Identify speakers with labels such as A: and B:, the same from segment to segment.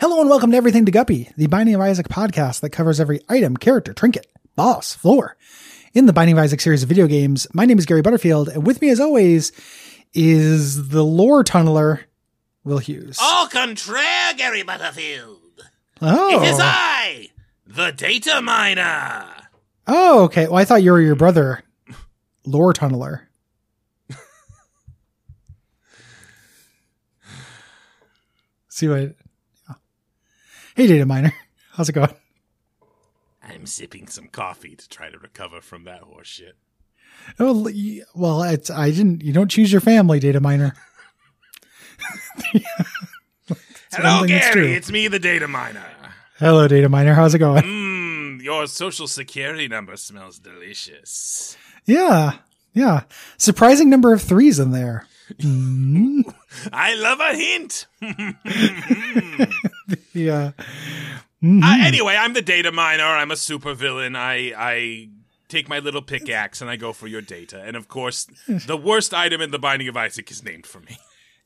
A: Hello and welcome to Everything to Guppy, the Binding of Isaac podcast that covers every item, character, trinket, boss, floor in the Binding of Isaac series of video games. My name is Gary Butterfield, and with me, as always, is the lore tunneler, Will Hughes.
B: Au contraire, Gary Butterfield.
A: Oh.
B: It is I, the data miner.
A: Oh, okay. Well, I thought you were your brother, lore tunneler. See what? yeah. Hey, data miner, how's it going?
B: I'm sipping some coffee to try to recover from that horseshit.
A: Oh, l- y- well, it's I didn't. You don't choose your family, data miner.
B: Hello,
A: one thing that's true.
B: Gary. It's me, the data miner.
A: Hello, data miner. How's it going?
B: Mmm, your social security number smells delicious.
A: Yeah, yeah. Surprising number of threes in there. Mm.
B: I love a hint.
A: yeah. Mm-hmm.
B: Uh, anyway, I'm the data miner. I'm a supervillain. I I take my little pickaxe and I go for your data. And of course, the worst item in the Binding of Isaac is named for me.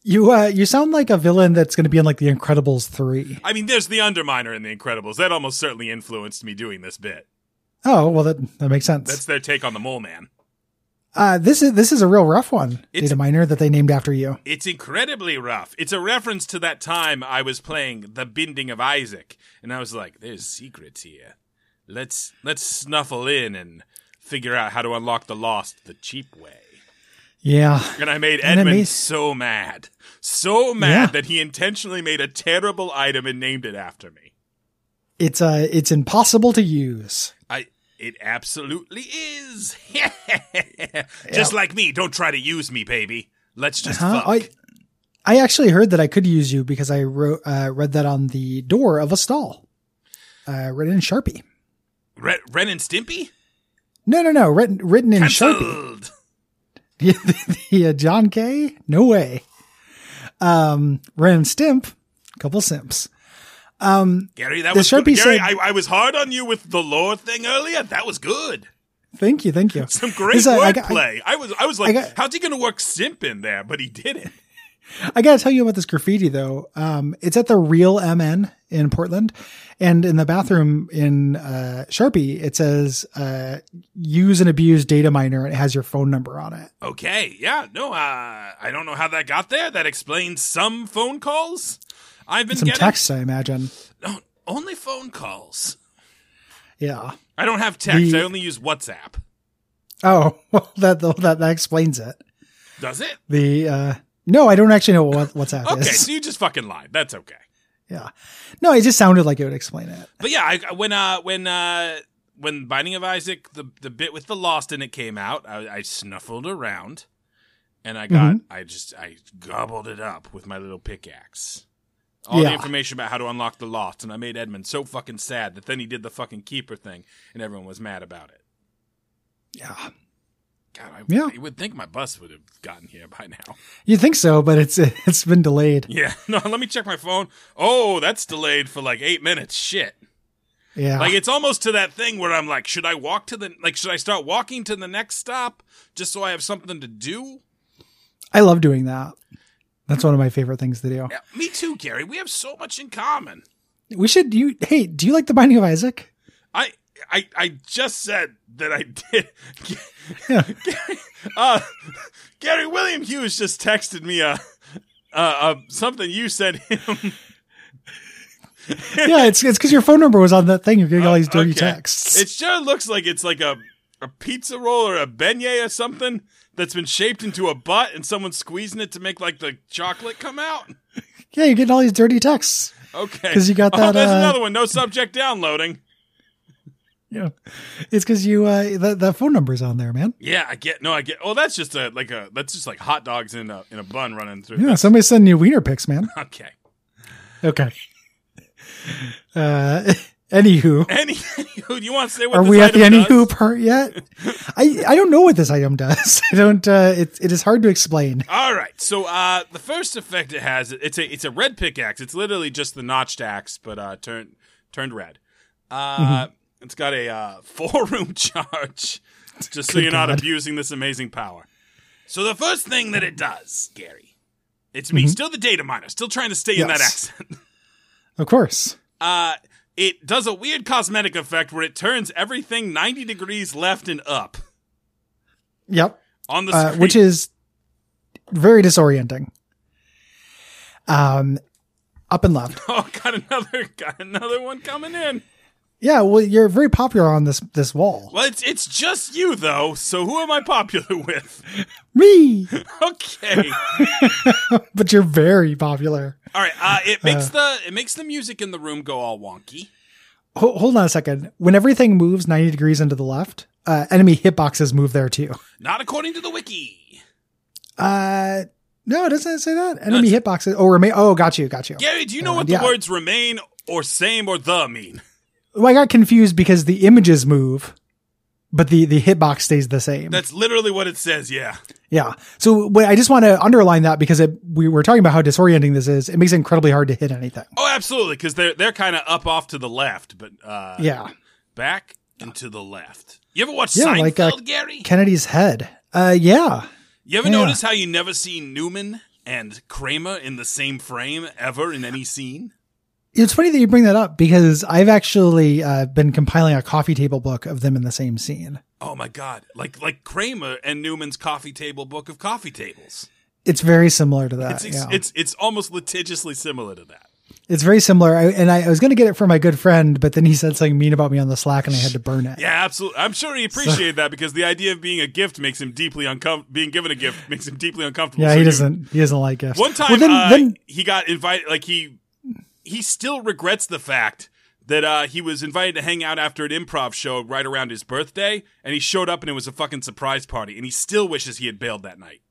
A: You uh, you sound like a villain that's going to be in like The Incredibles three.
B: I mean, there's the Underminer in The Incredibles. That almost certainly influenced me doing this bit.
A: Oh well, that that makes sense.
B: That's their take on the Mole Man.
A: Uh, this is this is a real rough one,
B: It's-
A: data miner that they named after you.
B: It's incredibly rough. It's a reference to that time I was playing The Binding of Isaac, and I was like, "There's secrets here. Let's let's snuffle in and figure out how to unlock the lost the cheap way."
A: Yeah,
B: And I made
A: And it
B: Edmund
A: made-
B: so mad, so mad
A: Yeah.
B: that he intentionally made a terrible item and named it after me.
A: it's uh, it's impossible to use.
B: I it absolutely is. Just like me, don't try to use me, baby. Let's just
A: Huh?
B: fuck.
A: Uh-huh. I I actually heard that I could use you because I wrote uh, read that on the door of a stall. Uh, written in Sharpie.
B: Re- Ren and Stimpy?
A: No, no, no. Written written in Sharpie.
B: Cancelled.
A: Yeah, the, the, uh, John K. No way. Um, Ren and Stimp. Couple simps.
B: Gary, that
A: The
B: was good.
A: Sharpie
B: Gary,
A: said-
B: I, I was hard on you with the lore thing earlier. That was good.
A: Thank you, thank you.
B: Some great
A: This, uh, I got-
B: wordplay. I, was I was like,
A: got-
B: how's he gonna work simp in there? But he did it.
A: I gotta tell you about this graffiti though. Um, it's at the Real MN in Portland, and in the bathroom in uh, Sharpie, it says uh, "use and abuse data miner," and it has your phone number on it.
B: Okay, yeah, no, uh, I don't know how that got there. That explains some phone calls. I've been
A: Some
B: getting
A: text, I imagine.
B: No, only phone calls.
A: Yeah.
B: I don't have text.
A: The-
B: I only use WhatsApp.
A: Oh, well, that that that explains it.
B: Does it?
A: The uh, no, I don't actually know what WhatsApp
B: Okay,
A: is.
B: so you just fucking lied. That's okay.
A: Yeah. No, it just sounded like it would explain it.
B: But yeah, I, when uh when uh when Binding of Isaac the the bit with the Lost in it came out, I, I snuffled around, and I got
A: Mm-hmm.
B: I just I gobbled it up with my little pickaxe. All
A: Yeah.
B: the information about how to unlock the Lost, and I made Edmund so fucking sad that then he did the fucking keeper thing, and everyone was mad about it.
A: Yeah.
B: God, I,
A: Yeah.
B: you would think my bus would have gotten here by now.
A: You think so, but it's it's been delayed.
B: Yeah, no, let me check my phone. Oh, that's delayed for like eight minutes. Shit.
A: Yeah.
B: Like it's almost to that thing where I'm like, should I walk to the like should I start walking to the next stop just so I have something to do?
A: I love doing that. That's one of my favorite things to do.
B: Yeah, me too, Gary. We have so much in common.
A: We should you hey, do you like the Binding of Isaac?
B: I I I just said that I did.
A: Yeah.
B: Gary, uh, Gary William Hughes just texted me uh, uh, uh something you sent him.
A: yeah, it's it's because your phone number was on that thing. You're getting all these dirty
B: Oh, Okay.
A: texts.
B: It sure looks like it's like a a pizza roll or a beignet or something that's been shaped into a butt and someone's squeezing it to make like the chocolate come out.
A: yeah, you're getting all these dirty texts.
B: Okay.
A: 'Cause you got
B: Oh,
A: that,
B: there's
A: uh,
B: another one. No subject downloading.
A: Yeah, it's because you uh that that phone number's on there, man.
B: Yeah, I get. No, I get. Oh, that's just a like a. That's just like hot dogs in a in a bun running through.
A: Yeah, somebody's sending you wiener pics, man.
B: Okay.
A: Okay. Uh, anywho,
B: Any, anywho, do you want to say what
A: are
B: this
A: we at the
B: item does?
A: anywho part yet? I I don't know what this item does. I don't. Uh, it it is hard to explain.
B: All right. So uh, the first effect it has it's a it's a red pickaxe. It's literally just the notched axe, but uh, turned turned red.
A: Mm-hmm.
B: Uh, It's got a uh, four room charge, just so
A: Good
B: you're not
A: God.
B: abusing this amazing power. So the first thing that it does, Gary, it's me, still the data miner, still trying to stay in that
A: Mm-hmm. Yes.
B: accent.
A: Of course.
B: Uh, it does a weird cosmetic effect where it turns everything 90 degrees left and up
A: Yep.
B: on the
A: Uh,
B: screen.
A: which is very disorienting. Um, up and left.
B: oh, got another got another one coming in.
A: Yeah. Well, you're very popular on this this wall.
B: Well, it's it's just you though. So who am I popular with?
A: Me.
B: Okay.
A: but you're very popular.
B: All right. Uh, it makes the it makes the music in the room go all wonky.
A: Ho- hold on a second. When everything moves 90 degrees into the left, uh, enemy hitboxes move there too.
B: Not according to the wiki.
A: Uh, no, it doesn't say that. Enemy
B: it's-
A: hitboxes. Oh, remain. Oh, got you. Got you.
B: Gary, do you know
A: Uh,
B: what the
A: yeah.
B: words remain or same or the mean?
A: Well, I got confused because the images move, but the, the hitbox stays the same.
B: That's literally what it says. Yeah.
A: yeah. So what, I just want to underline that because it, we were talking about how disorienting this is. It makes it incredibly hard to hit anything.
B: Oh, absolutely. Because they're they're kind of up off to the left, but uh,
A: Yeah.
B: back and to the left. You ever watch
A: Yeah,
B: Seinfeld,
A: like, uh,
B: Gary?
A: Kennedy's head. Uh, yeah.
B: You ever
A: yeah.
B: notice how you never see Newman and Kramer in the same frame ever in any scene?
A: It's funny that you bring that up because I've actually uh, been compiling a coffee table book of them in the same scene.
B: Oh my god! Like like Kramer and Newman's coffee table book of coffee tables.
A: It's very similar to that.
B: It's
A: Uh, yeah.
B: it's it's, it's almost litigiously similar to that.
A: It's very similar. I, and I, I was going to get it for my good friend, but then he said something mean about me on the Slack and I had to burn it.
B: Yeah, absolutely. I'm sure he appreciated that because the idea of being a gift makes him deeply uncomfortable. Being given a gift makes him deeply uncomfortable.
A: Yeah,
B: So
A: he
B: you-
A: doesn't. He doesn't like gifts.
B: One time,
A: Well, then,
B: uh,
A: then
B: he got invited. Like he, he still regrets the fact that uh, he was invited to hang out after an improv show right around his birthday, and he showed up and it was a fucking surprise party, and he still wishes he had bailed that night.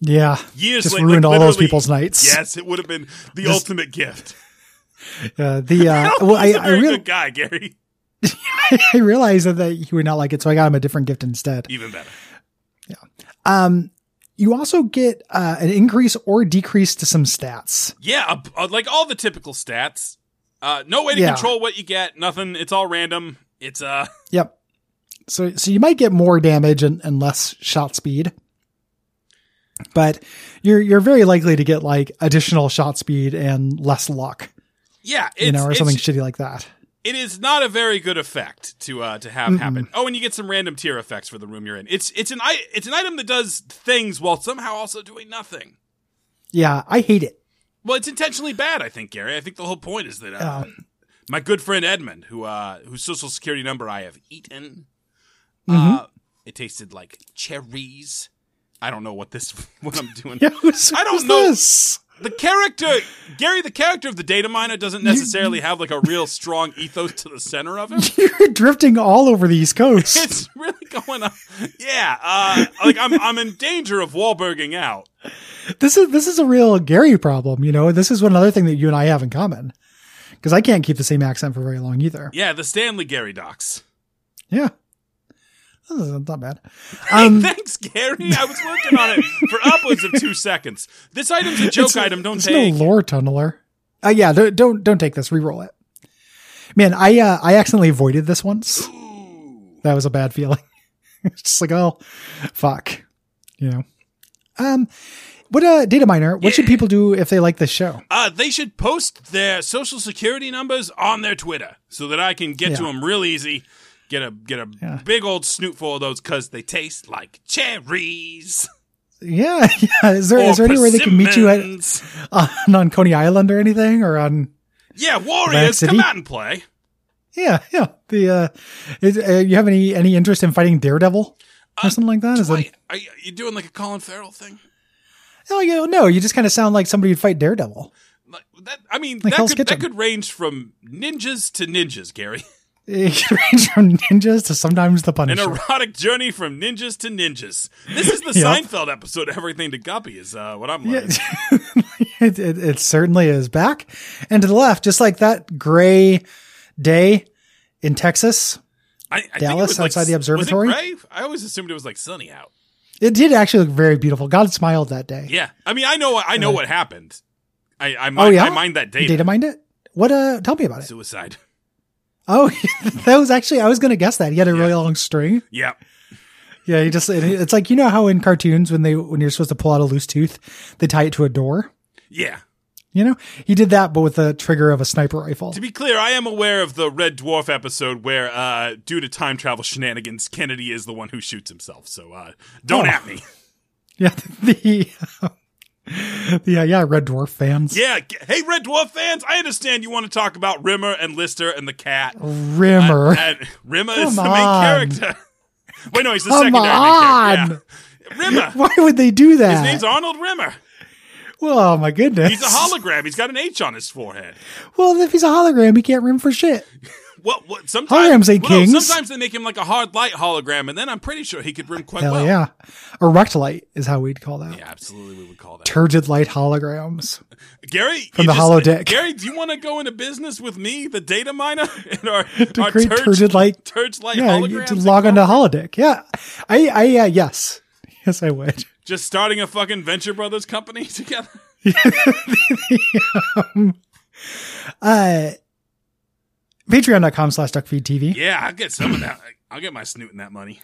A: yeah,
B: Years
A: just
B: later,
A: ruined all those
B: literally-
A: people's nights.
B: Yes, it would have been the
A: Just-
B: ultimate gift.
A: Uh, the uh, well, I
B: He's a
A: I,
B: very
A: real-
B: good guy, Gary.
A: I realized that, that he would not like it, so I got him a different gift instead.
B: Even better.
A: Um, you also get uh, an increase or decrease to some stats.
B: Yeah, uh, uh, like all the typical stats. Uh, no way to
A: Yeah.
B: control what you get. Nothing. It's all random. It's uh,
A: Yep. So so you might get more damage and, and less shot speed. But you're you're very likely to get like additional shot speed and less luck,
B: yeah, it's,
A: you know, or
B: it's-
A: something shitty like that.
B: it is not a very good effect to uh, to have happen. Oh, and you get some random tier effects for the room you're in. It's it's an I- it's an item that does things while somehow also doing nothing.
A: Yeah, I hate it.
B: Well, it's intentionally bad, I think, Gary. I think the whole point is that
A: Um,
B: uh, my good friend Edmund, who uh, whose social security number I have eaten,
A: Mm-hmm.
B: uh, it tasted like cherries. I don't know what this what I'm doing.
A: Yeah, who's,
B: I don't
A: who's
B: know.
A: This?
B: The character Gary, the character of the data miner doesn't necessarily have like a real strong ethos to the center of him.
A: You're drifting all over the East Coast.
B: It's really going on. Yeah, uh, like I'm I'm in danger of Wahlberging out.
A: this is this is a real Gary problem, you know. This is one other thing that you and I have in common. Because I can't keep the same accent for very long either.
B: Yeah, the Stanley Gary docs.
A: Yeah. This is not bad.
B: Hey,
A: Um,
B: thanks, Gary. I was working on it for upwards of two seconds. This item's a joke
A: It's-
B: item. Don't
A: it's
B: take.
A: no lore tunneler. Uh, yeah, don't, don't don't take this. Reroll it. Man, I uh, I accidentally avoided this once.
B: Ooh.
A: That was a bad feeling. it's just like oh, fuck, you know. Um, what uh, data miner? What should people do if they like this show?
B: Uh, they should post their social security numbers on their Twitter so that I can get to
A: Yeah.
B: them real easy. Get a get a
A: Yeah.
B: big old snootful of those because they taste like cherries.
A: Yeah, yeah. Is there
B: or
A: is there any way they can meet you at
B: persimmons.
A: on, on Coney Island or anything or on?
B: Yeah, Warriors,
A: City?
B: come out and play.
A: Yeah, yeah. The uh, is, uh you have any any interest in fighting Daredevil or
B: Uh,
A: something like that? Is it,
B: Wait, are you, are you doing like a Colin Farrell thing?
A: oh, you know, no, you just kind of sound like somebody who'd fight Daredevil.
B: Like, that, I mean,
A: Like
B: that,
A: Hell's
B: could, that
A: Kitchen.
B: could range from ninjas to ninjas, Gary.
A: It can range from ninjas to sometimes the
B: An
A: Punisher.
B: erotic journey from ninjas to ninjas. This is the
A: Yep.
B: Seinfeld episode, Everything to Guppy, is uh, what I'm learning.
A: it, it, it certainly is back and to the left, just like that gray day in Texas.
B: I, I think it
A: Dallas,
B: was, like,
A: outside the
B: was it
A: observatory?
B: gray? I always assumed it was like sunny out.
A: It did actually look very beautiful. God smiled that day.
B: Yeah. I mean, I know I know what happened. I, I, mind,
A: Oh, yeah?
B: I mind that
A: You
B: data.
A: data mined it. What? Uh, tell me about it.
B: Suicide.
A: Oh, that was actually I was going to guess that he had a really long string.
B: Yeah.
A: Yeah, he just it- it's like you know how in cartoons when they when you're supposed to pull out a loose tooth, they tie it to a door.
B: Yeah.
A: You know, he did that, but with the trigger of a sniper rifle.
B: To be clear, I am aware of the Red Dwarf episode where, uh, due to time travel shenanigans, Kennedy is the one who shoots himself. So uh, don't
A: Oh.
B: at me.
A: Yeah, the the uh, yeah Red Dwarf fans.
B: Yeah. g- Hey, Red Dwarf fans, I understand you want to talk about Rimmer and Lister and the cat.
A: Rimmer.
B: And Rimmer is the
A: Come
B: main
A: on.
B: character. Wait, no, he's the
A: Come
B: secondary main character. Yeah. Rimmer.
A: Why would they do that?
B: His name's Arnold Rimmer.
A: well, oh my goodness.
B: He's a hologram. He's got an H on his forehead.
A: well, if he's a hologram, he can't rim for shit.
B: What? What? Sometimes
A: Holograms ain't
B: well, no,
A: kings.
B: Sometimes they make him like a hard light hologram, and then I'm pretty sure he could rim quite
A: Hell
B: well.
A: yeah. Erect light is how we'd call that.
B: Yeah, absolutely. We would call that.
A: Turgid light holograms.
B: Gary
A: From
B: you
A: the
B: just-
A: holodeck.
B: Gary, do you want to go into business with me, the data miner, and our
A: To
B: our
A: create
B: turd-
A: turgid light.
B: turd light
A: yeah, you-
B: holograms
A: to
B: and
A: log onto
B: crap?
A: holodeck. Yeah. I, I, uh, yes. Yes, I would.
B: Just starting a fucking Venture Brothers company together.
A: Uh, Patreon.com slash duckfeedtv.
B: Yeah, I'll get some of that. I'll get my snoot in that money.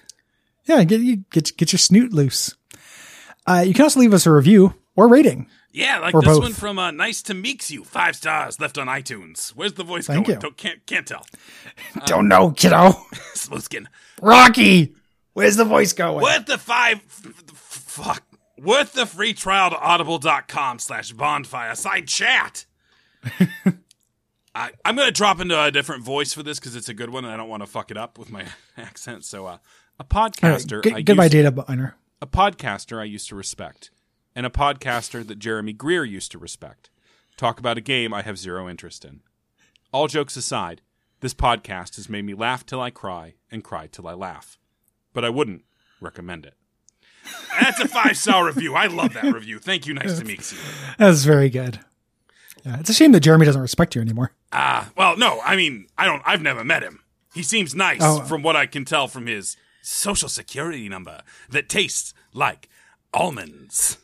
A: Yeah, get you get get your snoot loose. Uh, you can also leave us a review or rating.
B: Yeah, like
A: Or
B: this
A: both.
B: one from uh, Nice to Meeks You, five stars left on iTunes. Where's the voice
A: Thank
B: going?
A: you.
B: Don't, can't can't tell. Uh,
A: Don't know, kiddo.
B: Sluskin.
A: Rocky, where's the voice going?
B: Worth the five. F- f- fuck. Worth the free trial to audible.com slash bonfire side chat. I, I'm going to drop into a different voice for this because it's a good one and I don't want to fuck it up with my accent. So, uh, a
A: All right,
B: podcaster.
A: good-
B: I
A: goodbye,
B: used,
A: data miner.
B: A podcaster I used to respect and a podcaster that Jeremy Greer used to respect. Talk about a game I have zero interest in. All jokes aside, this podcast has made me laugh till I cry and cry till I laugh. But I wouldn't recommend it. That's a five star review. I love that review. Thank you. Nice to meet you.
A: That's very good. Yeah, it's a shame that Jeremy doesn't respect you anymore.
B: Ah, well, no, I mean, I don't. I've never met him. He seems nice,
A: Oh.
B: from what I can tell from his social security number that tastes like almonds.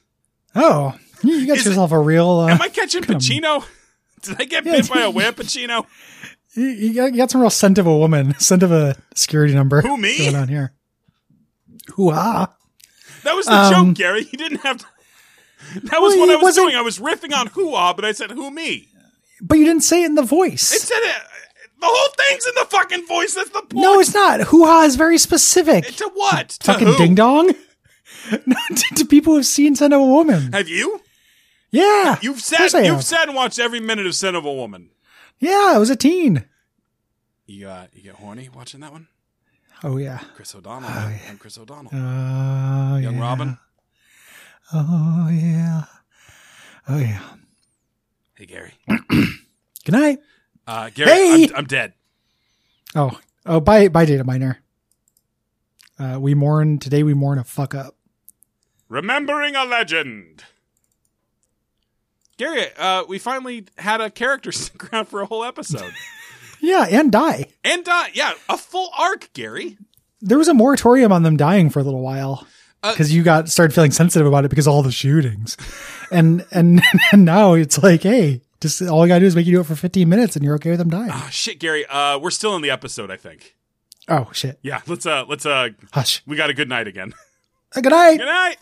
A: Oh, you, you got
B: Is it-
A: yourself a real. Uh,
B: Am I catching Pacino? Did I get
A: Yeah,
B: bit by a were Pacino?
A: you, you got, you got some real scent of a woman, scent of a security number.
B: Who, me?
A: Going on here. Hoo ah.
B: That was the
A: Um,
B: joke, Gary. You didn't have to. That was
A: Well,
B: what
A: it
B: I was
A: wasn't-
B: doing. I was riffing on who ah, but I said who me.
A: But you didn't say it in the voice.
B: It said it. The whole thing's in the fucking voice. That's the point.
A: no, it's not. Hoo ha is very specific.
B: to what? To
A: Fucking
B: who?
A: ding dong. no, to, to people who've seen Son of a Woman.
B: Have you?
A: Yeah.
B: You've
A: Of
B: said
A: course I
B: you've
A: have.
B: said and watched every minute of Sin of a Woman.
A: Yeah, I was a teen.
B: You uh, you get horny watching that one?
A: Oh yeah.
B: Chris O'Donnell.
A: Oh,
B: man.
A: yeah.
B: I'm Chris O'Donnell.
A: Oh
B: Young
A: yeah.
B: Robin.
A: Oh yeah. Oh yeah.
B: Hey Gary.
A: Good night.
B: Uh, Gary,
A: Hey!
B: I'm, I'm dead.
A: Oh. Oh bye bye data miner. Uh, we mourn today we mourn a fuck up.
B: Remembering a legend. Gary, uh, we finally had a character stick around for a whole episode.
A: Yeah, and die.
B: and uh, yeah, a full arc, Gary.
A: There was a moratorium on them dying for a little while.
B: Uh,
A: Because you got started feeling sensitive about it because of all the shootings. and and and now it's like, hey, just all I gotta do is make you do it for fifteen minutes and you're okay with them dying.
B: Ah, shit, Gary. Uh, we're still in the episode, I think.
A: Oh shit.
B: Yeah, let's uh, let's uh,
A: Hush.
B: we got a good night again.
A: Uh, Good night.
B: good night.